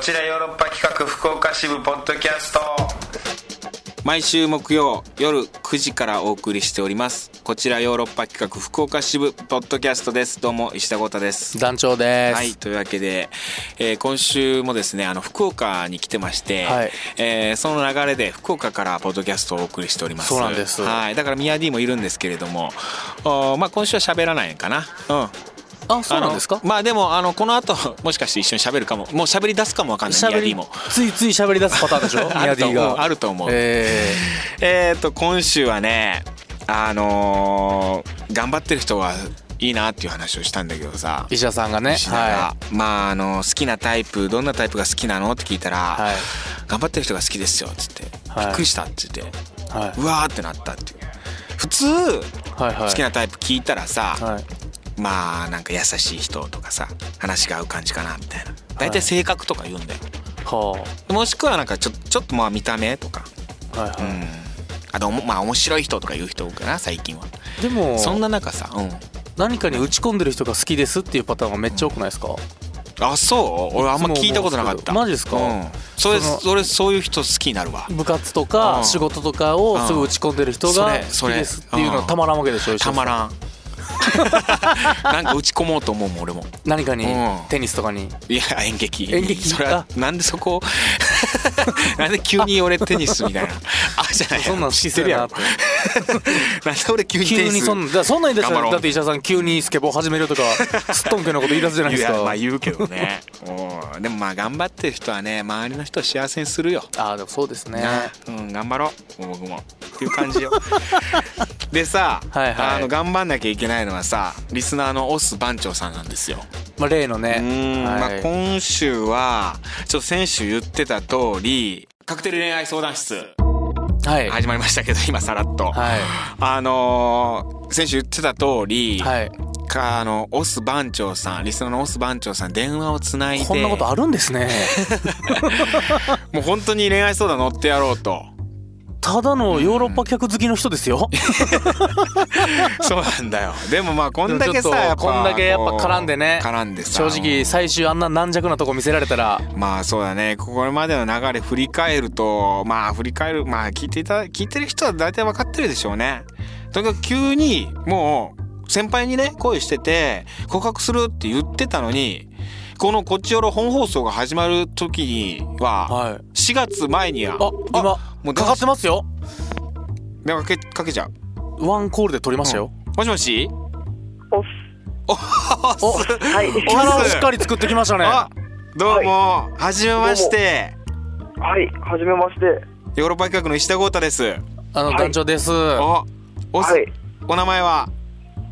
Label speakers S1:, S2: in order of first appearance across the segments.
S1: ちらヨーロッパ企画福岡支部ポッドキャスト
S2: 毎週木曜夜9時からお送りしておりますこちらヨーロッパ企画福岡支部ポッドキャストですどうも石田豪太です
S3: 団長です。
S2: はいというわけで、えー今週もですねあの福岡に来てまして、
S3: はい
S2: えーその流れで福岡からポッドキャストをお送りしております
S3: そうなんです
S2: はいだからミヤディもいるんですけれどもおーまあ今週は喋らないかなうん
S3: あ、そうなんです
S2: あ
S3: か
S2: のまあでもあのこの後もしかして一緒に喋るかももう喋り出すかもわかんないミヤディも
S3: ついつい喋り出すパターンでしょ
S2: あ
S3: ミ
S2: る
S3: ヤ
S2: と
S3: デ
S2: 思
S3: ィ
S2: う
S3: が。
S2: あると思う
S3: え
S2: えー、と今週はねあのー頑張ってる人はいいなっていう話をしたんだけどさ
S3: ー、石田さんがね。
S2: 石田が
S3: は
S2: まああの好きなタイプどんなタイプが好きなのって聞いたら、
S3: はい
S2: 頑張ってる人が好きですよっつって、
S3: はい
S2: びっくりしたっつって、
S3: い。は
S2: うわーってなったっていう普通、
S3: い。はい。はい。
S2: 好きなタイプ聞いたらさ、
S3: はい。
S2: まあなんか優しい人とかさ話が合う感じかなみたいな大体性格とか言うんだよ、
S3: は
S2: もしくはなんかちょちょっとまあ見た目とか
S3: あ。はい。
S2: うん
S3: は。
S2: あとおもまあ面白い人とか言う人多いかな最近はい
S3: でも、
S2: そんな中さ、うん、
S3: 何かに打ち込んでる人が好きですっていうパターンはめっちゃ多くないですか。
S2: あそう俺あんま聞いたことなかっ
S3: そう
S2: た
S3: 思うんですけどマジ
S2: うん
S3: ですか、
S2: それ
S3: その
S2: それそういう人好きになるわ
S3: 部活と
S2: う
S3: か
S2: ん
S3: 仕事とかをすぐ打ち込んでる人が
S2: うん
S3: 好
S2: そ
S3: き
S2: れ
S3: ですっていうのはたまらんわけでしょ。石田
S2: た
S3: さ
S2: ま
S3: ん
S2: らんなんか打ち込もうと思うもん俺も
S3: 何かに
S2: うん
S3: テニスとかに。
S2: いや演劇
S3: 演劇
S2: それはなんでそこ なんで急に俺テニスみたい なあじゃない
S3: そんなん好きそうやなって
S2: 知ってるやろ なんで俺急にテ
S3: 急
S2: ニス
S3: にそんなだからそんなん言い出した
S2: 頑張ろ
S3: ら
S2: う
S3: だって石田さん急にスケボー始 めるとかすっとんけのこと言い出すじゃないです
S2: いや
S3: か
S2: まあ言うけどねうんでもまあ頑張ってる人はね周りの人を幸せにするよ
S3: ああでもそうですね
S2: なうん、頑張ろう僕もっていう感じよ でさ、
S3: はいはい
S2: あの頑張んなきゃいけないのはさリスナーのオス番長さんなんですよ、
S3: まあ例の
S2: うー
S3: ね
S2: んまあ、
S3: はい
S2: 今週はちょっと先週言ってた通りカクテル恋愛相談室
S3: はい
S2: 始まりましたけど今さらっと、
S3: は
S2: あのー先週言ってた通り、
S3: いはい
S2: かあのオス番長さんリスナーのオス番長さん電話をつないで
S3: こんなことあるんです ね
S2: もう本当に恋愛相談乗ってやろうと。
S3: ただのヨーロッパ客好きの人ですよ
S2: そうなんだよ。でもまあこんだけさ、
S3: でもちょっと
S2: やっぱ
S3: こんだけやっぱ絡んでね
S2: こう絡んでさ。
S3: 正直最終あんな軟弱なとこ見せられたら
S2: まあそうだね。ここまでの流れ振り返ると、まあ振り返る、まあ聞いていた、聞いてる人は大体分かってるでしょうね。とにかく急にもう先輩にね、恋してて告白するって言ってたのに、このこっちよろ本放送が始まる時には、
S3: はい
S2: 4月前には、
S3: あ今
S2: もう
S3: かかってますよ
S2: 電話かけ、かけちゃう。
S3: ワンコールで撮りましたよ
S2: もしもし
S4: オス
S3: お
S4: はい。
S3: キャラをしっかり作ってきましたね
S2: あ、どうも、はじめまして。
S4: はい。はじめまして。
S2: ヨーロッパ企画の石田豪太です。
S3: あの
S4: はい
S3: 団長です
S2: お、おす、
S4: はい
S2: お名前は。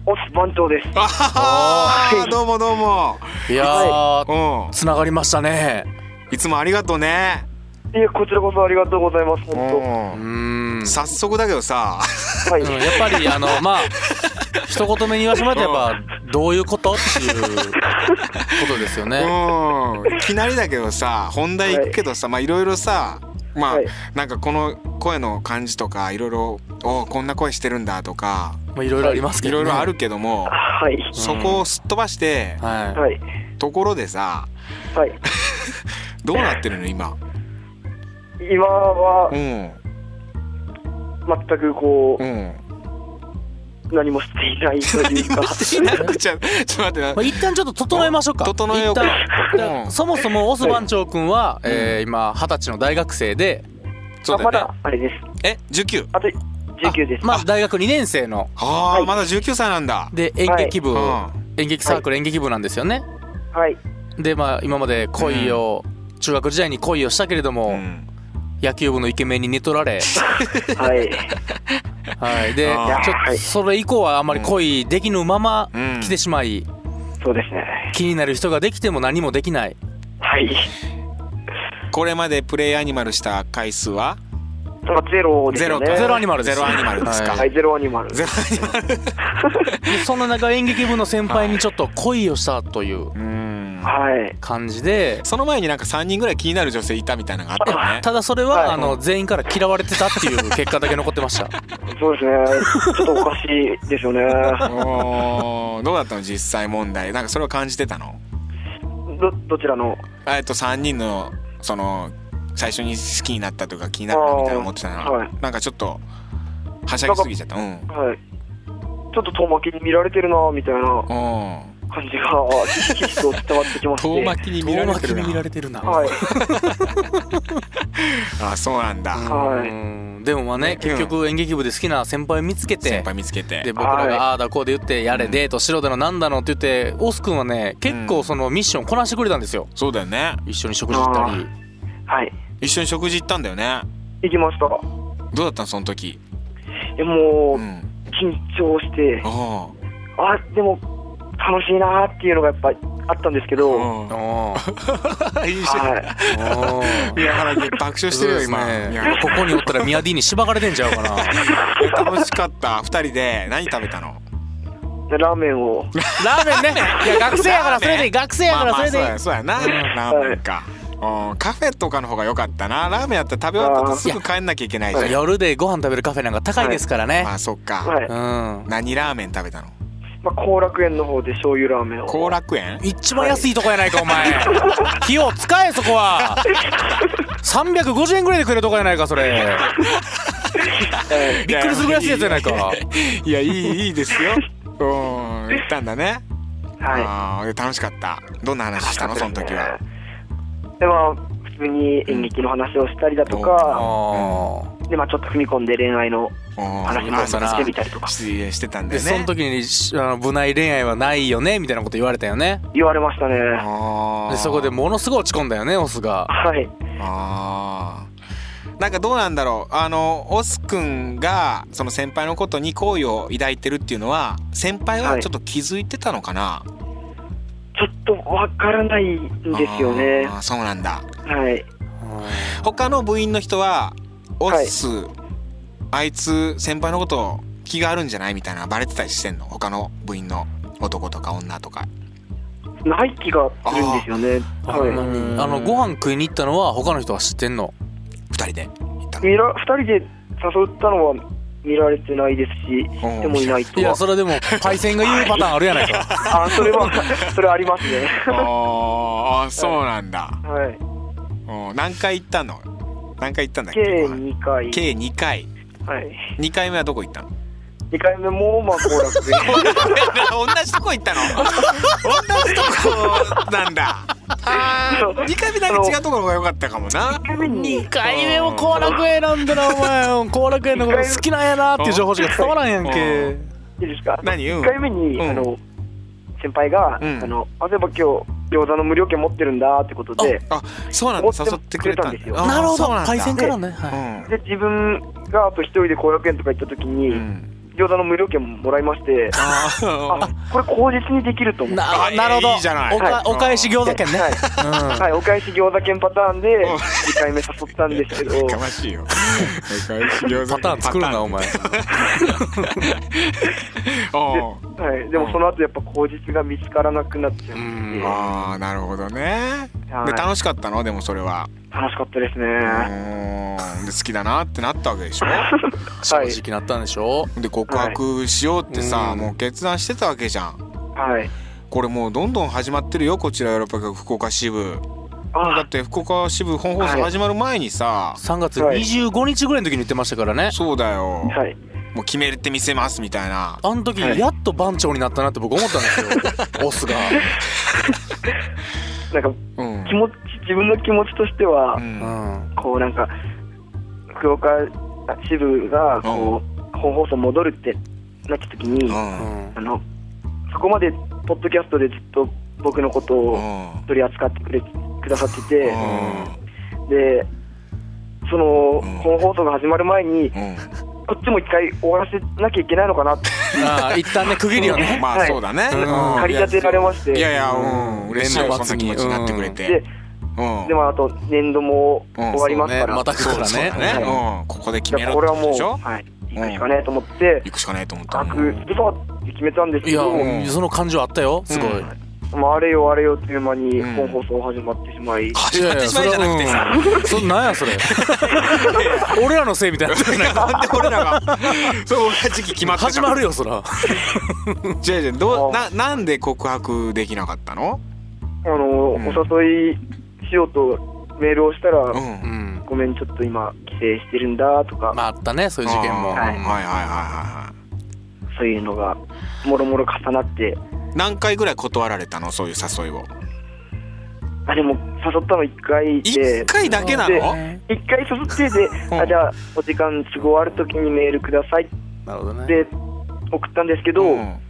S4: オス番長です。
S2: あはは
S4: おー
S2: どうもどうも。
S3: いやー
S2: う
S3: つながりましたね
S2: ん、いつもありがとうね。
S4: いえ、こちらこそありがとうございます。本
S2: う
S3: う
S2: ん
S3: ーん
S2: 早速だけどさ、
S4: 当。はい。
S3: うんやっぱりあのまあ一言目に言わせてもらえばやっぱ どういうことっていうことですよね。
S2: うん、いきなりだけどさ、本題行くけどさ、まあいろいろさ。まあ、
S4: はい
S2: なんかこの声の感じとかいろいろおこんな声してるんだとか
S3: まあいろいろあります
S2: い
S3: けど、
S2: ろい
S3: ね。
S2: ろある。けども、
S4: はい。
S2: そこをすっ飛ばして、
S3: は
S4: はい。
S2: ところでさ
S4: はい。
S2: どうなってるの今、
S4: 今は
S2: うん
S4: 全くこ
S2: うん、
S4: う、何もしていないというか。
S2: しなくちゃ、ちょっと待って
S3: い。まあ
S2: な。
S3: 一旦ちょっと整えましょうか。
S2: 整えようか
S3: 一旦だから
S2: うん
S3: そもそもオス番長くんは、
S2: い
S3: えー今二十歳の大学生で、
S2: そうだ
S4: ま
S2: よね
S4: だ。、あれです。
S2: え、十九。
S4: あと、19です。
S3: まあ大学二年生の
S2: はあ、
S4: はい
S2: まだ19歳なんだ。
S3: で演劇部、
S2: は
S3: 演劇サークル演劇部なんですよね。
S4: はい。
S3: でまあ今まで恋を、中学時代に恋をしたけれども、
S2: うん。
S3: 野球部のイケメンに寝取ら れ、
S4: はい。
S3: はい、で
S2: あー
S3: ちょっとそれ以降はあまり恋できぬまま
S2: うん
S3: 来てしまい、
S4: そうですね。
S3: 気になる人ができても何もできない
S4: はい。
S2: これまでプレイアニマルした回数は
S4: まあ、ゼロです
S2: ゼロ
S4: よ
S2: か
S4: ね。
S3: ゼロアニマルです
S2: ゼロアニマルですか。
S4: はい、ゼロアニマル。
S2: ゼロアニマル。
S3: でそんな中演劇部の先輩にちょっと恋をしたという
S2: うん。
S4: はい。
S3: 感じで
S2: その前になんか3人ぐらい気になる女性いたみたいなのがあったよね。
S3: ただそれは、
S4: はい
S3: あの全員から嫌われてたっていう結果だけ残ってました
S4: そうですね。ちょっとおかしいですよね。
S2: おーどうだったの実際問題。なんかそれを感じてたの
S4: ど、どちらの
S2: あえっと3人のその最初に好きになったとか気になったみたいな思ってたのは、
S4: あーはい
S2: なんかちょっとはしゃぎすぎちゃったうんうん
S4: はい。ちょっと遠巻きに見られてるなみたいな感 じが、ひしひしと伝わってきまして。
S2: 遠巻きに見られてるな
S3: 遠巻きに見られてるな。
S4: はい。
S2: あそうなんだ、
S4: はい
S3: うんでもまあね、結局演劇部で好きな先輩見つけて
S2: 先、輩見つけて
S3: で僕ら
S4: はい
S3: がああだこうで言ってやれデートしろだのなんだのって言ってオス君はね結構そのミッションこなしてくれたんですよ
S2: そうだよね
S3: 一緒に食事行ったり
S4: はい。
S2: 一緒に食事行ったんだよね
S4: 行きました。
S2: どうだったのその時
S4: え、もう、
S2: うん
S4: 緊張して、
S2: あ
S4: あ、でも、楽しいなっていうのがやっぱあったんですけど、は
S2: あ
S3: お
S2: 一緒
S3: ー
S2: に
S4: い。
S3: おー
S2: 宮原君爆笑してるよ今
S3: そうですね
S2: いや
S3: ここにおったらミヤディにしばかれてんちゃう かな
S2: 楽しかった二人で何食べたの
S4: でラーメンを、
S3: ラーメンねいや学生やからそれでいい学生やからそれでいい
S2: まあまあそうやそうやなラーメンかうんカフェとかの方が良かったなラーメンやったら食べ終わったらすぐ帰んなきゃいけないじゃん
S3: 夜でご飯食べるカフェなんか高いですからね
S2: まあそっか
S4: はい。
S3: うん
S2: 何ラーメン食べたの
S4: まあ、後楽園の方で醤油ラーメンを。
S2: 後楽園
S3: 一番安いとこやないかお前費用使えそこは350円ぐらいでくれるとこやないかそれ
S4: え
S3: びっくりするぐらい安いやつやないか
S2: いやいいいいです ようん行ったんだね
S4: えはい。
S2: あー楽しかったどんな話したのその時は
S4: でまあ普通に演劇の話をしたりだとか、
S3: あ
S4: でまあちょっと踏み込んで恋愛の
S2: うん
S4: 話もしてみたりとか
S2: 失礼してたん
S3: ー
S2: だ
S3: で
S2: よ
S3: その
S2: ね
S3: 時にしあの部内恋愛はないよねみたいなこと言われたよね
S4: 言われましたね。は
S2: あー
S3: でそこでものすごい落ち込んだよねオスが
S4: い。
S2: あーなんかどうなんだろうあのオス君がその先輩のことに好意を抱いてるっていうのは先輩はちょっと気づいてたのかな、
S4: ちょっとわからないんですよね
S2: あ。ーそうなんだ
S4: はい。
S2: 他の部員の人はオ
S4: はい
S2: ス、あいつ先輩のこと気があるんじゃないみたいなのバレてたりしてんの他の部員の男とか女とか
S4: ない気がするんですよね。
S3: う
S4: は
S3: んあのご飯食いに行ったのは他の人は知ってんの
S2: 2人で 行った
S4: い。
S2: の
S4: 見ら二人で誘ったのは見られてないですし、
S2: うん
S4: でもいないと
S3: い
S4: は
S3: や。それでもパイセンが言うパターンあるやないか
S4: あそれはそれありますね。
S2: あーあーそうなんだ、
S4: はい。
S2: うん何回行ったの何回行ったんだっけ
S4: 計二回。
S2: 計2回
S4: はい。
S2: 2回目はどこ行ったの
S4: 二回目もまあ 後楽園。
S2: 同じとこ行ったの同じとこなんだあ
S4: そう
S2: 2回目だけ違うところが良かったかもな
S4: 二回目に
S3: 2回目も後楽園なんだなお 前後楽園のこと好きなんやなっていう情報しか伝わらんやんけ
S4: いいですか
S2: 何うん
S4: 1回目に、
S2: うん
S4: あの先輩が、
S2: うん
S4: あの「あそういえば今日餃子の無料券持ってるんだ」ってことで
S2: あそうなんだ
S4: 持って
S2: 誘ってくれたん
S4: くれたんです
S2: だ
S4: よ
S2: あー
S3: なるほ
S2: そう
S3: ど
S2: なんだ
S3: パイセンからねは
S4: で自分があと一人で後楽園とか行った時に、
S2: うん、うん、
S4: 餃子の無料券もらいまして
S2: あ
S4: あ
S2: ー
S4: これ口実にできると思
S3: い
S4: っ
S2: あ
S3: ない
S2: い
S3: なるほど
S2: いいじゃない
S3: おかお返し餃子
S4: て、
S3: 券ね
S4: はいはい、お返し餃子券パターンで
S2: うん
S4: 2回目誘ったんですけど
S2: やかましいよパ
S3: パターン作るなお前
S2: あ
S4: はい、でもその後やっぱ口実が見つからなくなっちゃって
S3: うん
S2: あーなるほどね、
S4: はい
S2: で楽しかったのでもそれは
S4: 楽しかったですね、
S2: うーんで好きだなってなったわけでしょ
S3: 正
S4: はい
S3: 直なったんでしょ
S2: で告白しようってさ、
S3: うん
S2: もう決断してたわけじゃん
S4: はい
S2: これもうどんどん始まってるよこちらヨーロッパ局福岡支部だ
S4: あ
S2: って福岡支部本放送始まる前にさ、
S3: 3月25日ぐらいの時に言ってましたからね
S2: そうだよ、
S4: はい
S2: もう決めてみせますみたいな
S3: あの時
S4: はい
S3: やっと番長になったなって僕思ったんですよオスが
S4: なんか
S2: うん
S4: 気持ち自分の気持ちとしては、
S2: う
S3: うんん
S4: こうなんか福岡支部がこう、本放送戻るってなった時に、
S2: うん
S3: うん
S4: あのそこまでポッドキャストでずっと僕のこと
S2: う
S4: を
S2: ん
S4: 取り扱ってくれくださってて、
S2: う
S4: でその、
S2: うん
S4: 本放送が始まる前に
S2: ん
S4: こっちも一回終わらせなきゃいけないのかなって
S3: ああ一旦ね区切るよ
S2: うん
S3: ね
S2: まあ
S4: はい
S2: そうだね、
S3: うん
S4: 駆り立てられまして
S2: いやいや
S3: うん
S2: うん嬉しいよそ
S3: 年度
S2: んな
S3: 末
S2: 気
S3: に
S2: 持ちになってくれ
S4: で
S2: てうん
S4: でもあと年度も終わりますから、
S3: うんそうねまた来るからね
S2: そうだねうんここで決
S4: だ
S2: め
S4: から
S2: ろ
S4: これは
S2: ってこと
S4: も
S2: でしょ
S4: う、はい、行くしかねえと思って
S2: 行くしかないと思った
S4: 覚悟するぞって決めたんです
S3: い
S4: け
S3: や
S4: ど、
S2: うん
S3: その感情あったよすごい
S2: うん
S4: まあ、あれよあれよという間に
S2: うん
S4: 本放送始まってしまい、
S2: 始まってしまいじゃなくてさ
S3: いやいやそれはうんそなんやそれ俺らのせいみたいになってるな
S2: なんで俺らがそう同じ期決まってた
S3: 始まるよそら
S2: じゃあじゃあどう
S4: あ
S2: ななんで告白できなかったの
S4: あのと、
S2: うん
S4: お誘いしようとメールをしたら、
S2: うん
S3: う。ん。
S4: ごめん、ちょっと今、帰省してるんだとか、
S3: まああったね、そういう事件も。
S2: あーはいはいはいは
S4: そういうのが、もろもろ重なって、
S2: いはい。何回ぐらい断られたのそういう誘いを。
S4: あ、でも、誘ったの1回で
S2: 一、回だけな
S4: で
S2: の？
S4: 1回誘ってで、
S2: うん
S4: あじゃあ、お時間都合ある時にメールくださいっ
S3: なるほどね。
S4: て送ったんですけど、
S2: ん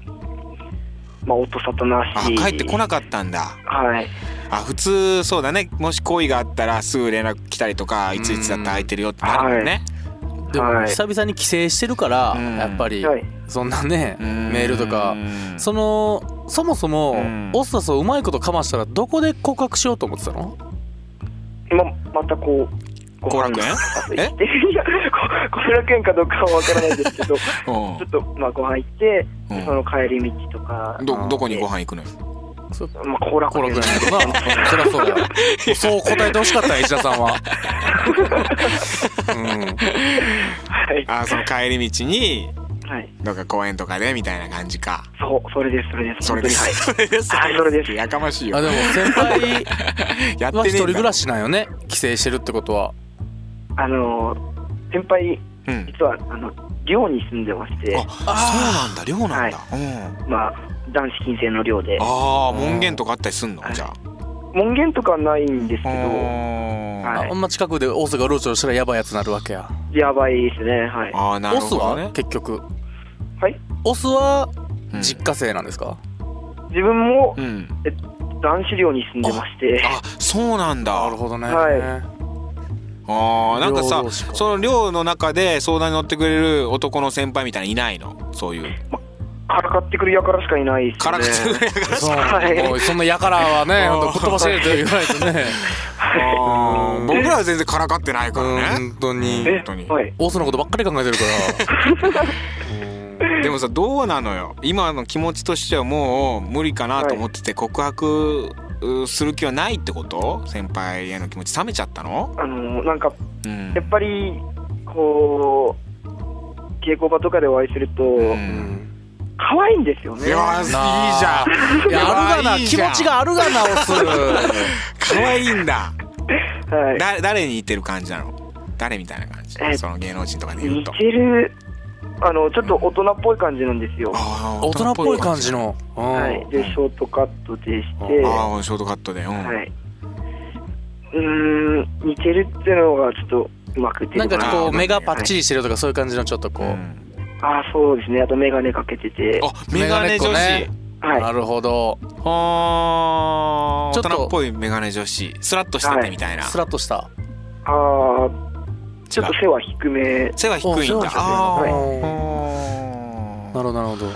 S4: まあ、音沙汰な
S2: あ
S4: し。
S2: 帰ってこなかったんだ。
S4: はい。
S2: あ普通そうだね。もし恋があったらすぐ連絡来たりとかいついつだって空いてるよってなるもんね。
S3: でも
S4: はい
S3: 久々に帰省してるから、
S2: うん
S3: やっぱり
S4: はい
S3: そんなね
S2: うん
S3: メールとか
S2: うん
S3: そのそもそも
S2: うん
S3: オスタスをうまいことかましたらどこで告白しようと思ってたの
S4: 今、またこう、ご
S2: 後
S4: 飯
S2: 楽園
S4: 行 っていや、こ後楽園かどうかはわからないですけど、ち
S2: うん
S4: ょっと、まあ、ご飯行って、
S2: うん
S4: その帰り道とか、
S2: どどこにご飯行くのよ。
S4: まあ、後楽
S3: コ
S4: 園
S3: ラクじゃないと なそりゃそうだよそう答えてほしかったよ石田さんは
S4: はい。
S2: あその帰り道に
S4: はい。
S2: どっか公園とかでみたいな感じか。
S4: そう、それです、それです。
S2: それです。そ
S4: 本
S2: れです。
S4: はいそれです
S2: やかましい
S3: う
S2: よ
S3: んあ。でも先輩
S2: やって
S3: は
S2: ねえん
S3: 一
S2: だ
S3: 人暮らしなんよね帰省してるってことは
S4: 当にはい。あのー、先輩、
S2: うん。
S4: 実は、あの、寮に住んでまして、
S2: あ、そうなんだ。寮なんだ。うん。
S4: まあ、男子禁制の寮で、
S2: ああ、門限とかあったりすんの
S4: はい
S2: じゃ
S4: 門限とかはないんです
S2: あ。
S4: け
S2: あ
S4: ど、は
S3: あ
S4: い
S3: あんま近くでオスがうろちょろしたらやばいやつになるわけや
S4: やばいですね、はい。
S2: あー、なる
S3: オス
S2: ほどね
S3: は。結局
S4: はい。
S3: オスは
S2: うん
S3: 実家生なんですか
S4: 自分も
S2: うん。
S4: 男子寮に住んでまして、
S2: あ、そうなんだ。
S3: なるほどね
S4: は
S2: ああ、なんか
S3: 寮
S2: さ
S3: 同士、か
S2: その寮の中で相談に乗ってくれる男の先輩みたいないないのそういう。
S4: からかってくるやからしかいないです
S2: から
S4: ね
S2: か。ってくれ るや
S3: そう、
S4: はい
S3: もうそんなやからはね、
S2: うん
S3: ほんと言葉知れて言わないと
S2: か
S3: ね。
S2: ら。あー僕らは全然からかってないからね。
S3: 本当に。
S2: 本当に
S4: え、はい。
S3: オースのことばっかり考えてるから。
S2: でもさどうなのよ今の気持ちとしてはもう無理かなと思ってて告白うする気はないってこと先輩への気持ち冷めちゃったの、
S4: あのー、なんか、
S2: うん
S4: やっぱり、こう、稽古場とかでお会いすると、
S2: うん
S4: 可愛いんですよ
S2: い
S4: ね。
S2: やいいじゃん
S3: いや、あるがな、
S2: いい
S3: 気
S2: じゃん
S3: 持ちがあるがな、オス。
S2: 可愛いんだ
S4: はい。
S2: だ誰に似てる感じなの誰みたいな感じ
S4: え
S2: その芸能人とかで言う
S4: 似
S2: と
S4: てるあのちょっと大人っぽい感じなんですよ
S2: あー
S3: 大人っぽい感じの。うん
S4: はいでショートカットでしては
S2: ああショートカットでうん、
S4: いうん似てるっていうのがちょっとうまく出
S3: なん
S4: て
S3: か
S4: こない
S3: こ
S2: あ
S3: う、
S2: ー
S3: 目がパッチリしてるとか、そういう感じのちょっとこ
S2: う
S3: う。
S2: ん
S4: ああそうですねあと眼鏡かけてて
S2: あメガネ女子、
S3: メガネっ子
S4: はい
S3: なるほど。
S2: はあ
S3: ち
S2: 大
S3: ょっと
S2: 人っぽいメガネ女子スラッとしててみたいな、
S3: スラッとした。
S4: ああちょっと背は低め
S2: 背は低いんだ
S3: あ
S2: あ
S3: そ
S2: ー
S3: うなんだ
S2: ほー
S3: なるほど、なるほど。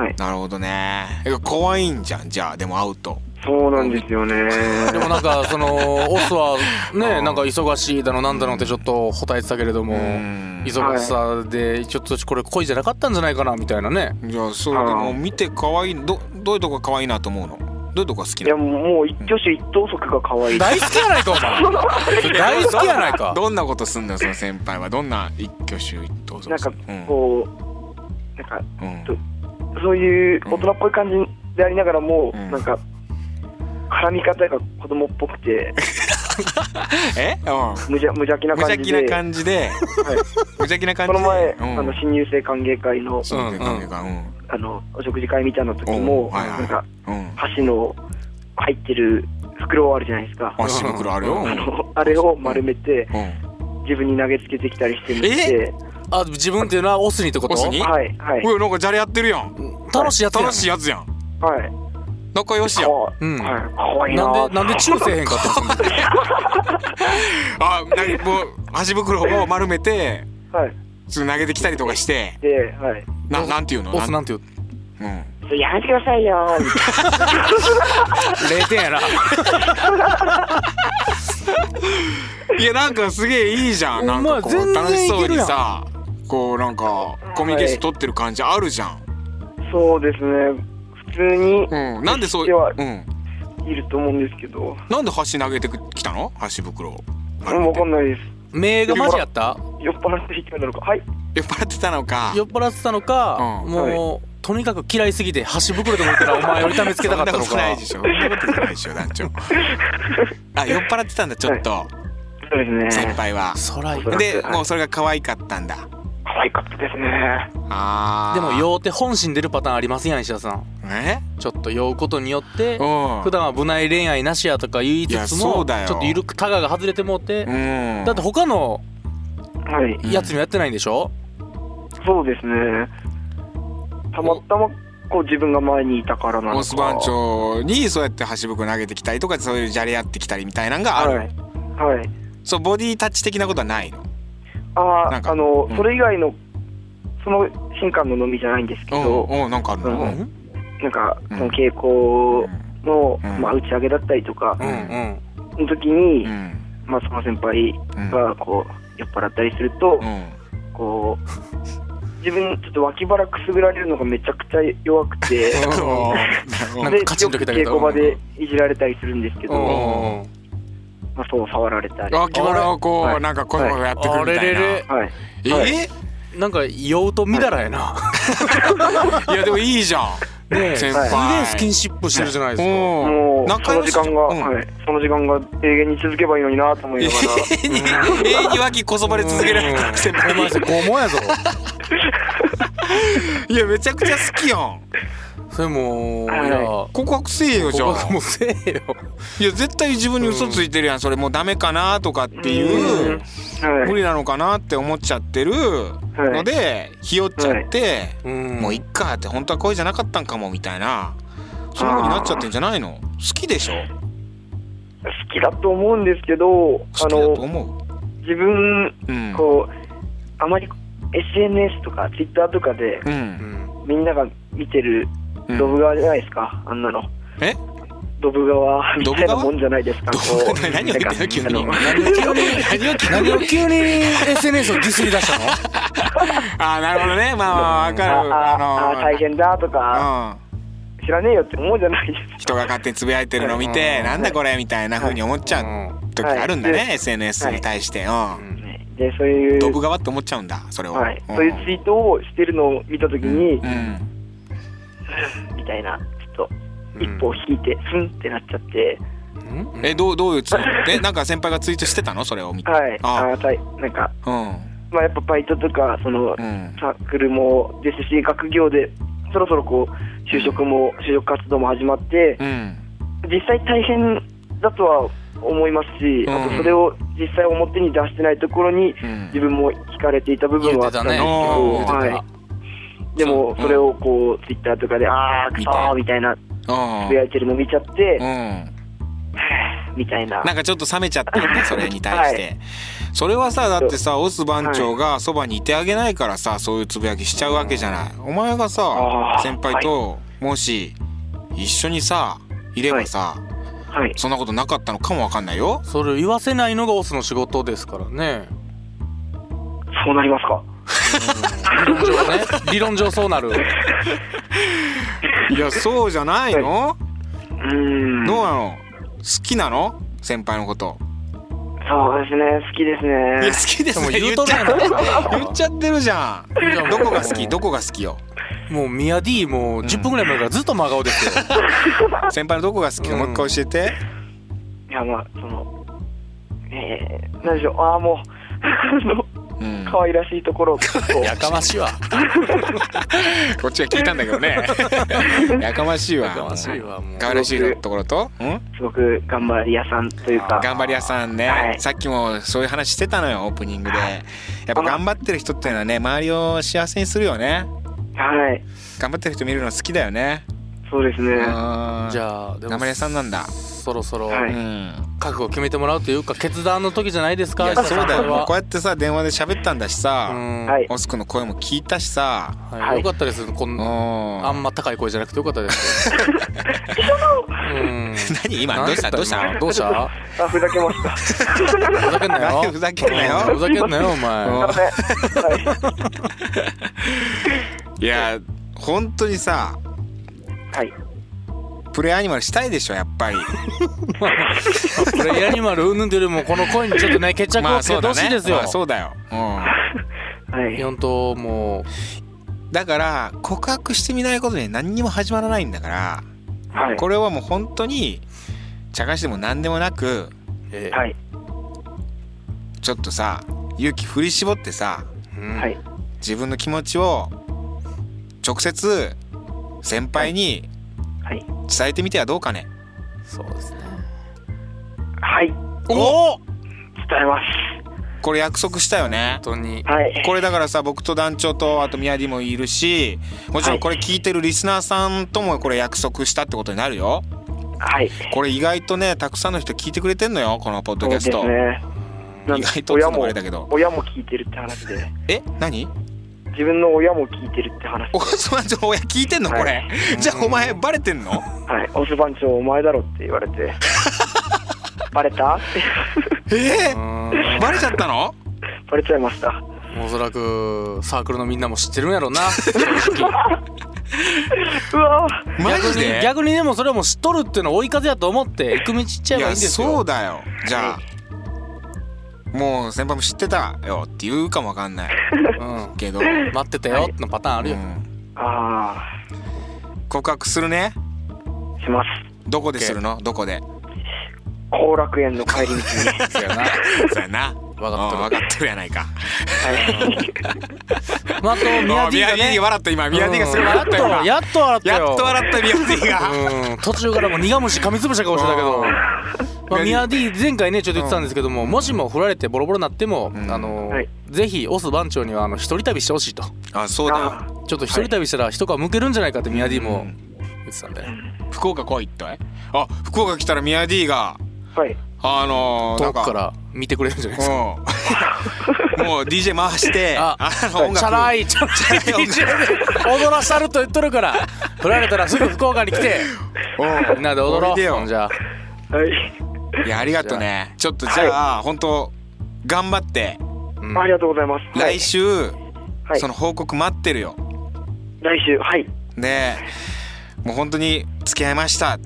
S4: はい
S2: なるほどねえ怖いんじゃんじゃあでも会うと
S4: そうなんですよね
S3: でもなんか、その、オスは
S2: う
S3: ね、
S2: ん
S3: なんか忙しいだの、なんだのってちょっと答えてたけれども、
S2: うん
S3: 忙しさで、ちょっとこれ恋じゃなかったんじゃないかな、みたいなね。
S2: いやそう
S4: あー
S2: でも見て可愛いどどういうとこが可愛いなと思うのどういうとこが好き
S4: い
S2: な
S4: や
S2: の
S4: もう一挙手一投足が可愛い
S3: 大好きやないか、お前。大好きやないか。
S2: どんなことすんのよその先輩はどんな一挙手一投足
S4: なんか
S2: うん
S4: こうなんか
S2: うん
S4: とそういう大人っぽい感じでありながらも、
S2: うん
S4: なんか、絡み方が子供っぽくて、
S2: えうん
S4: 無邪無邪気 な
S2: 無邪
S4: 感
S2: 気
S4: じで、
S2: な感じで
S4: はい
S2: 無邪気な感
S4: こ
S2: じ
S4: の
S2: で
S4: 前、
S2: うん
S4: あの新入生歓迎会の
S2: そういう感じかうん
S4: あのお食事会みたいな時
S2: おう
S4: も、
S2: はいはい
S4: なんか、
S2: うん
S4: 箸の入ってる袋あるじゃないですか。
S2: あ白黒あるようん
S4: あのあれを丸めて、
S2: うん
S4: 自分に投げつけてきたりしてみて、
S3: あ、自分っていうのはオスにってこと
S2: オスにえ
S4: はい、はい、
S2: うわなんかじゃれやってるやん
S3: 楽しいやつやん
S2: 楽しいやつやん
S4: はい。
S2: 仲良しやん
S4: か
S3: うん
S4: はい、かわいいな
S3: なん
S4: ぁ
S3: で、なんでチューせえへんかった んですか
S2: あなんかもう箸袋を丸めて
S4: はい。
S2: すぐ投げてきたりとかして
S4: で、はい。
S2: ななんていうの
S3: オスなんんて言う
S2: うん
S4: ちょっとやめてくださいよーみたい
S3: 0点やな。
S2: いやなんかすげえいいじゃんなんかこ
S3: お
S2: う
S3: 前全然
S2: 楽しそうに
S3: いける
S2: さこうなんかコミュニケーション取ってる感じあるじゃん、
S4: な。そうですね。普通に、
S2: うん、なんでそう
S4: では
S2: うん、
S4: いると思うんですけど、
S2: なんで箸投げてきたの箸袋を
S4: うん、わかんないです。
S3: 名がマジやった
S4: 酔っ払って引きなのか。はい。
S2: 酔っ払ってたのか
S3: 酔っ払ってたのか、
S2: うん
S3: もとにかく嫌いすぎて箸袋でもいいからお前を痛めつけたかったの
S2: そんなことない
S3: か
S2: でしょそんなことないでしょ団 長あ酔っ払ってたんだちょっと
S4: そうです
S2: 先
S4: ね。
S2: 輩は
S3: そらいい
S4: そう
S2: で
S4: はい
S2: もうそれが可愛かったんだ
S4: 可愛かったですね。
S2: あー
S3: でも酔うて本心出るパターンありますやん石田さん
S2: え
S3: ちょっと酔うことによって
S2: うん
S3: 普段は部内恋愛なしやとか言いつつ
S2: いやそ
S3: も
S2: うだよ
S3: ちょっと緩くタガが外れてもうて
S2: うん
S3: だって他の
S4: はい。
S2: うん
S3: やつにもやってないんでしょ
S4: そうですね。たまたま、こう自分が前にいたからなのか。
S2: モス番長にそうやって箸袋投げてきたりとかそういうじゃれ合ってきたりみたいなのがある、
S4: はい。はい。
S2: そうボディタッチ的なことはないの
S4: あ
S2: なん
S4: あ、
S2: か
S4: あの、
S2: うん
S4: それ以外の、その新刊の飲みじゃないんですけど、
S2: うんうんなんかあるの
S4: うん
S2: うん
S4: なんか、
S2: うん
S4: その傾向の、
S2: うん
S4: まあ、打ち上げだったりとか
S3: う、んうん
S4: の時に、
S2: うん
S4: まあ、その先輩が、こう、酔っ払ったりすると、
S2: うん
S4: こう、自分、ちょっと脇腹くすぐられるのがめちゃくちゃ弱くて、 で、よ
S3: な
S4: く
S3: んかカチンときたけ
S4: 稽
S3: ど
S4: 古場でいじられたりするんですけ
S3: うん
S4: ど、
S3: うんうん
S4: まあ、そう触られたり。は
S2: 脇腹をこう、
S4: はい
S2: なんかこういうことやってくるみたいな
S3: あれれれ
S4: い。
S2: え
S4: はい
S3: なんか酔うとみだらやな
S2: いやでもいいじゃん
S3: ねえすげ
S2: 先
S3: え
S2: 輩
S3: スキンシップしてるじゃないですか
S2: う
S4: も
S2: ん
S4: う、その時間が、
S2: うん
S4: はい、その時間が永遠に続けばいいのになと思いながら。
S2: 永遠に永遠に脇こそばれ続けられた先輩
S3: お前それ拷問やぞ
S2: いやめちゃくちゃ好きやん
S3: それもうい
S4: はい
S3: や
S2: 告白せえよじゃ
S3: 告
S2: あ
S3: 白もせえよ
S2: いや絶対自分に嘘ついてるやんそれもうダメかなとかっていう
S4: はい、
S2: 無理なのかなって思っちゃってるのでひよっちゃって
S3: うん
S2: もういっかって本当は恋じゃなかったんかもみたいなそんなことになっちゃってんじゃないの好きでしょ
S4: 好きだと思うんですけど、
S2: 好
S4: あ
S2: きだと
S4: の
S2: 思
S4: 自分
S2: ううん
S4: こうあまり SNS とか Twitter とかで
S2: うん
S3: うん
S4: みんなが見てる
S2: うん
S4: ドブ川じゃないですか、あんなの。
S2: え
S4: ドブ川みたいなもんじゃないですか。
S2: ド
S4: こ
S2: ブ川
S4: う
S2: 何を言ってんの急に
S4: なんか
S3: 何を急に何を急に SNS をディスり出したの
S2: あーなるほどねまあまあわか
S4: あ
S2: る
S4: のあ
S2: あ
S4: ああ大
S2: の
S4: 変だとか、
S2: うん
S4: 知らねえよって思うじゃないですか。
S2: 人が勝手につぶやいてるのを見て、
S3: うん
S2: なんだこれみたいな風に思っちゃう時あるんだね、
S4: はい
S2: SNS に対して、うん
S4: でそういう
S2: ドブ側って思っちゃうんだそれを、
S4: はい、
S2: うん
S4: そういうツイートをしてるのを見たときに、
S2: うん
S4: みたいなちょっと
S3: うん
S4: 一歩引いて、ふんってなっちゃって、
S3: うん
S2: えどうどういうツイート えなんか先輩がツイートしてたのそれを見て
S4: はい、
S2: あ
S4: あーたいなんか
S2: うん
S4: まあ、やっぱバイトとかその
S2: うん
S4: サークルもですし学業でそろそろこう就職も就職活動も始まって
S2: うん
S4: 実際大変だとは思いますし、
S2: うん
S4: あとそれを実際表に出してないところに
S2: うん
S4: 自分も惹かれていた部分
S3: 言
S4: はあ
S3: う
S4: ってた
S3: た
S4: んです
S2: うん
S3: ね言うて
S4: けど、
S3: た
S4: はい、でも
S2: そう
S4: それをこうツイッターとかであーく
S2: 見
S4: そ
S2: て
S4: ーみたいな
S2: うん
S4: つぶやいてるの見ちゃって
S2: うん
S4: みたいな
S2: なんかちょっと冷めちゃった んだそれに対して、
S4: は
S2: それはさだってさオス番長がそばにいてあげないからさそういうつぶやきしちゃうわけじゃない、お前がさ
S4: あー
S2: 先輩ともし一緒にさいればさ、
S4: はい
S2: そんなことなかったのかもわかんないよ。
S3: それを言わせないのがオスの仕事ですからね
S4: そうなりますか
S3: 理論上ね理論上そうなる
S2: いや、そうじゃない の。
S4: うーん
S2: どう
S4: そう
S2: なの。好きなの。先輩のこと。
S4: ですね好きです
S2: いや、
S4: ね
S2: 好きです
S3: も
S2: ね。言
S3: 言
S2: っ
S3: う
S2: ち
S3: と
S2: ゃ
S3: るや
S2: っ
S3: ん
S2: てる。言っちゃってるじゃ
S3: いや
S2: ん。
S3: も
S2: ど
S3: う
S2: こが好き、どこが好きよ。
S3: もうミヤ D もう10分ぐらい前からずっと真顔ですよ
S2: 先輩のどこが好きか、
S3: うん
S2: もう一回教えて。
S4: いやまあそのえー、なんでしょうああもう あの
S2: うん。
S4: 可愛らしいと ころをこう
S3: やかましいわ
S2: こっちが聞いたんだけど ね。やかましいわ。
S3: やかましいわもう
S2: 可愛らしいところと。うん。
S4: すごく頑張り屋さんというか
S2: 頑張り屋さん
S4: は
S2: ね
S4: い
S2: さっきもそういう話してたのよオープニングでやっぱ頑張ってる人っていうのはね周りを幸せにするよね
S4: はい
S2: 頑張ってる人見るの好きだよね
S4: そうですね
S2: じ
S4: は
S3: じ
S2: ゃあ
S3: ゃあで
S2: 頑張り屋さんなんだ
S3: そろそろ
S4: は
S2: う
S4: い
S2: ん
S3: 覚悟を決めてもらうというか決断の時じゃないです
S2: い
S3: か
S2: やそうだ
S3: これ
S2: よ
S3: は
S2: こうやってさ電話で喋ったんだし
S3: う
S2: さ
S3: ん
S4: い
S2: オス君の声も聞いたしさ
S3: はいよかったですこ
S2: うんん
S3: あんま高い声じゃなくてよかったですようん
S2: 何 今どうしたどうした
S3: 今どうした
S4: あふざけましたす
S3: ふざけんなよ
S2: 何ふざけんなよ
S3: うんふざけんなよお
S2: う
S4: い
S2: ん
S3: 前
S4: ませんはい
S2: いや本当にさ
S4: はい
S2: プレイアニマルしたいでしょやっぱり
S3: これヤニマルうんぬんというよりもこの声にちょっとね決着
S2: ま
S3: を
S2: あ
S3: つけ
S2: そう
S3: て
S2: だ
S3: ほしい
S2: ね
S3: ですよ
S2: まあそうだようん
S4: はい
S3: 本当もう
S2: だから告白してみないことで何にも始まらないんだから、
S4: はい
S2: これはもう本当に茶化しでも何でもなく
S3: ええ
S4: はい
S2: ちょっとさ勇気振り絞ってさ
S3: うん
S4: はい
S2: 自分の気持ちを直接先輩に
S4: はい
S2: 伝えてみてはどうかね。
S3: そうですね
S4: はい
S2: お
S4: 伝えます
S2: これ約束したよね
S3: 本。当に
S4: はい
S2: これだからさ僕と団長とあと宮ディもいるしもちろんこれ聞いてるリスナーさんともこれ約束したってことになるよ
S4: はい
S2: これ意外とねたくさんの人聞いてくれてんのよこのポッドキャスト、
S4: そうですねなん
S2: 意
S4: で
S2: 外と
S4: 親
S2: つも
S4: も
S2: あれだけど
S4: 親も聞いてるって話で
S2: え何
S4: 自分の親も聞いてるって話で
S2: おすばんちょ親聞いてんのこれ、 じゃあお前バレてんの
S4: はい「オス番長お前だろ」って言わ れてバレたって
S2: え
S3: う
S2: ー、
S3: ん
S2: バレちゃったの
S4: バレちゃいました
S3: おそらくサークルのみんなも知ってるんやろう な
S4: うわ
S2: マ
S3: 逆
S2: ジで
S3: に逆にでもそれはもう知っとるっていうのは追い風やと思って行く道行っちゃえばいいんですよ
S2: やそうだよじゃあもう先輩も知ってたよって言うかもわかんない
S3: うん
S2: けど、
S3: 待ってたよってのパターンある
S2: う
S3: よ、
S2: ん、
S4: あ
S2: 告白するね
S4: あします
S2: どこでするのどこで
S4: 後楽園の帰 り道に
S3: そうやな
S2: そうやな。分
S3: かっとる
S2: 分かっとるやないか。
S3: まあ、あとミヤ
S2: ミ
S3: ディ
S2: ヤ
S3: が
S2: ディ
S3: ね
S2: 笑った今。ミヤディがすごい笑ったよ
S3: うん
S2: 今。
S3: やっとやっと笑ったよ
S2: やっと笑ったミヤディが。
S3: うん途中からもう苦虫噛みつぶした顔してたけど、
S2: うん
S3: まあ、ミヤディ前回ねちょっと言ってたんですけども、もしも振られてボロボロになっても、
S2: ん
S3: あの
S4: はい
S3: ぜひオス番長にはあの一人旅してほしいと
S2: あ、そうだよ。
S3: ちょっと一人旅したら一皮むけるんじゃないかってミヤディも言ってたんで、
S2: 福岡来いって。あ、福岡来たらミヤディが、
S4: はい
S2: あのー、な
S3: 遠
S2: んか
S3: くか。ら見てくれるんじゃないですか
S2: うん。もう DJ 回して、
S3: あ
S2: の音楽
S3: チャラいチャラい DJ で踊らさると言っとるから振られたらすぐ福岡に来て
S2: うん
S3: みんなで踊
S2: お
S3: ろ
S2: いで
S3: う
S2: よ
S3: ほんじゃあ
S4: はい
S2: いや、ありがとうね。ちょっとじゃあ、本当頑張って、
S3: うん
S4: ありがとうございます。
S2: 来、週、
S4: はい、
S2: その報告待ってるよ。
S4: 来週、はい、
S2: でもう本当に付き合いましたっ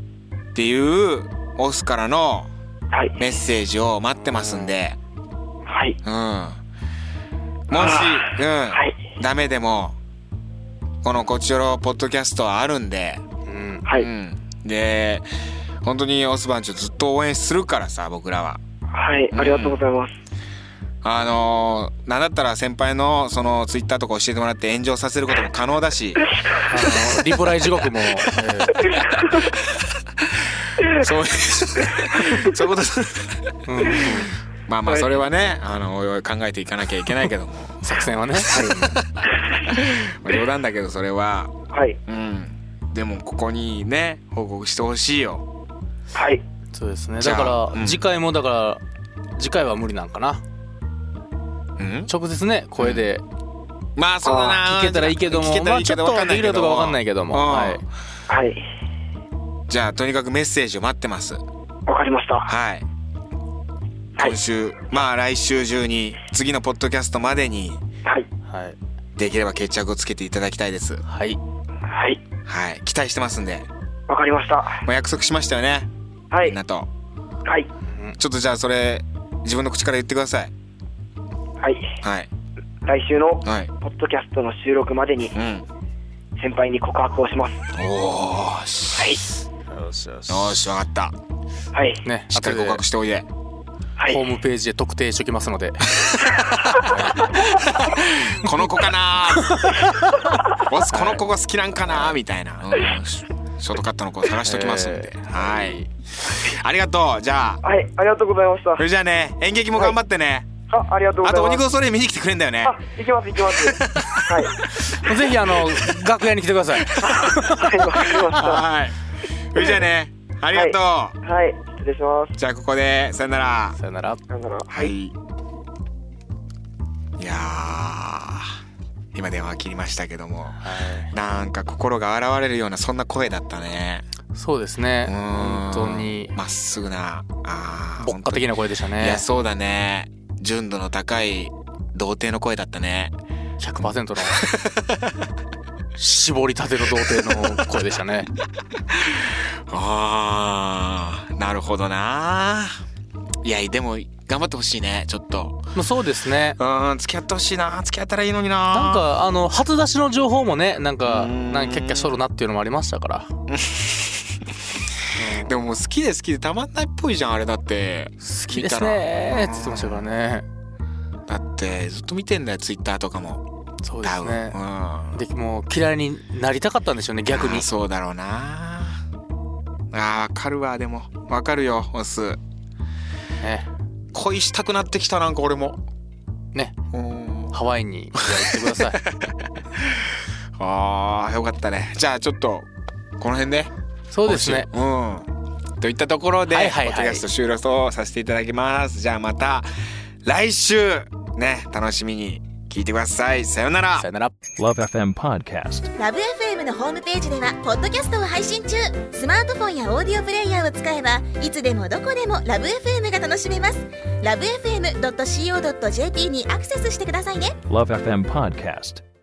S2: ていうオスからの
S4: はい、
S2: メッセージを待ってますんで、
S4: はい、
S2: うん、もし、うん
S4: はい
S2: ダメでもこの「こちよろ」ポッドキャストはあるんで、
S3: うん
S4: は
S2: う
S4: い、
S2: ん、で本当にオス番長ずっと応援するからさ僕らは。
S4: はい、ありがとうございます。
S2: あのー、なんだったら先輩のそのツイッターとか教えてもらって炎上させることも可能だし
S3: あのリプライ地獄も、えー
S2: そういう そういうことするまあまあ
S4: はい
S2: それはね、あのおいおい考えていかなきゃいけないけども
S3: 作戦はね、
S2: まあ冗談だけどそれは
S4: はい、
S2: うんでもここにね報告してほしいよ
S4: はい、
S3: そうですね
S2: じゃ
S3: だ
S2: あ
S3: から、
S2: うん
S3: 次回もだから次回は無理なんかな
S2: うん
S3: 直接ね声で
S2: まあそうだな
S3: 聞けたらいいけども
S2: 聞けたらいいけど
S3: ま
S2: わ
S3: あちょっと
S2: かんないけ
S3: できる
S2: ど
S3: かわかんないけども
S2: うん
S3: はい
S4: はい、
S2: じゃあとにかくメッセージを待ってます
S4: わかりました。は
S2: はい
S4: い
S2: 今、週、まあ来週中に次のポッドキャストまでに
S4: はい、
S3: はい
S2: できれば決着をつけていただきたいです
S3: はい
S4: はい、
S2: はい期待してますんで
S4: わかりました。
S2: もう約束しましたよね
S4: は
S2: み
S4: い
S2: んな、と
S4: はい、
S2: ちょっとじゃあそれ自分の口から言ってください
S4: はい、
S2: はい
S4: 来週の
S2: はい
S4: ポッドキャストの収録までに
S2: うん
S4: 先輩に告白をします。
S2: おーし
S4: はい、
S3: よしよし
S2: よーしわかった
S4: はい、
S3: ね
S2: しっかり告
S3: 後で
S2: 白しておいで
S4: はい、
S3: ホームページで特定しときますので
S2: この子かなーボスこの子が好きなんかなーみたいな、うんシショートカットの子探しときますんで、
S3: えー
S2: はいありがとうじゃあ
S4: はい、ありがとうございまし
S2: それじゃあね演劇も頑張ってね、
S4: た。あ、ありがとうご
S2: あ
S4: ざい
S2: と
S4: ます。
S2: 鬼殺ソレイ見に来てくれんだよね
S4: あ、行きます、行きます。 はい、
S3: ぜひあの楽屋に来てください
S4: はい、わかりまし
S2: はいそれじゃあねありがとう、
S4: た。はい、失礼します。
S2: じゃあここでさよなら
S3: さよなら
S4: さよなら。
S2: はい。いやー、今電話切りましたけども、なんか心が洗われるようなそんな声だったね。
S3: そうですね
S2: うーん
S3: 本当に
S2: まっすぐな、あー
S3: 牧歌的な声でした
S2: 本当にい
S3: ね
S2: や、そうだね。純度の高い童貞の声だったね。
S3: 100%の絞りたての童貞の声でしたね
S2: あー、なるほどな。いや、でも、頑張ってほしいねちょっと
S3: まあ、そうですね。
S2: うん付き合ってほしいな付き合ったらいいのにな
S3: なんか、あの、初出しの情報もね、なん
S2: う
S3: か、
S2: ん
S3: なんかキャッキャしとるなっていうのもありましたから。
S2: でももう好きで好きでたまんないっぽいじゃんあれだって
S3: 好
S2: 好
S3: きですねーって言ってましたからね。
S2: だってずっと見てんだよツイッターとかも
S3: そうで
S2: 多
S3: す
S2: 分
S3: ね。
S2: うん
S3: で、もう嫌いになりたかったんでしょうね、逆
S2: あ
S3: に
S2: ー。そうだろうなあーわかるわでもわかるよオス
S3: ね。
S2: 恋したくなってきたなんか俺も
S3: ね。
S2: うん
S3: ハワイに行ってく ださい。
S2: あーよかったねじゃあちょっとこの辺で
S3: そうですね。
S2: 今週うんといったところで、
S3: はいはいはい
S2: ポッドキャスト終了とさせていただきますじゃあまた来週ね楽しみに聞いてくださいさようなら
S3: さよなら。
S5: Love FM Podcast.
S6: ラブ f m のホームページではポッドキャストを配信中スマートフォンやオーディオプレイヤーを使えばいつでもどこでもラブ f m が楽しめますラブ FM.co.jp にアクセスしてくださいね
S5: Love FM Podcast.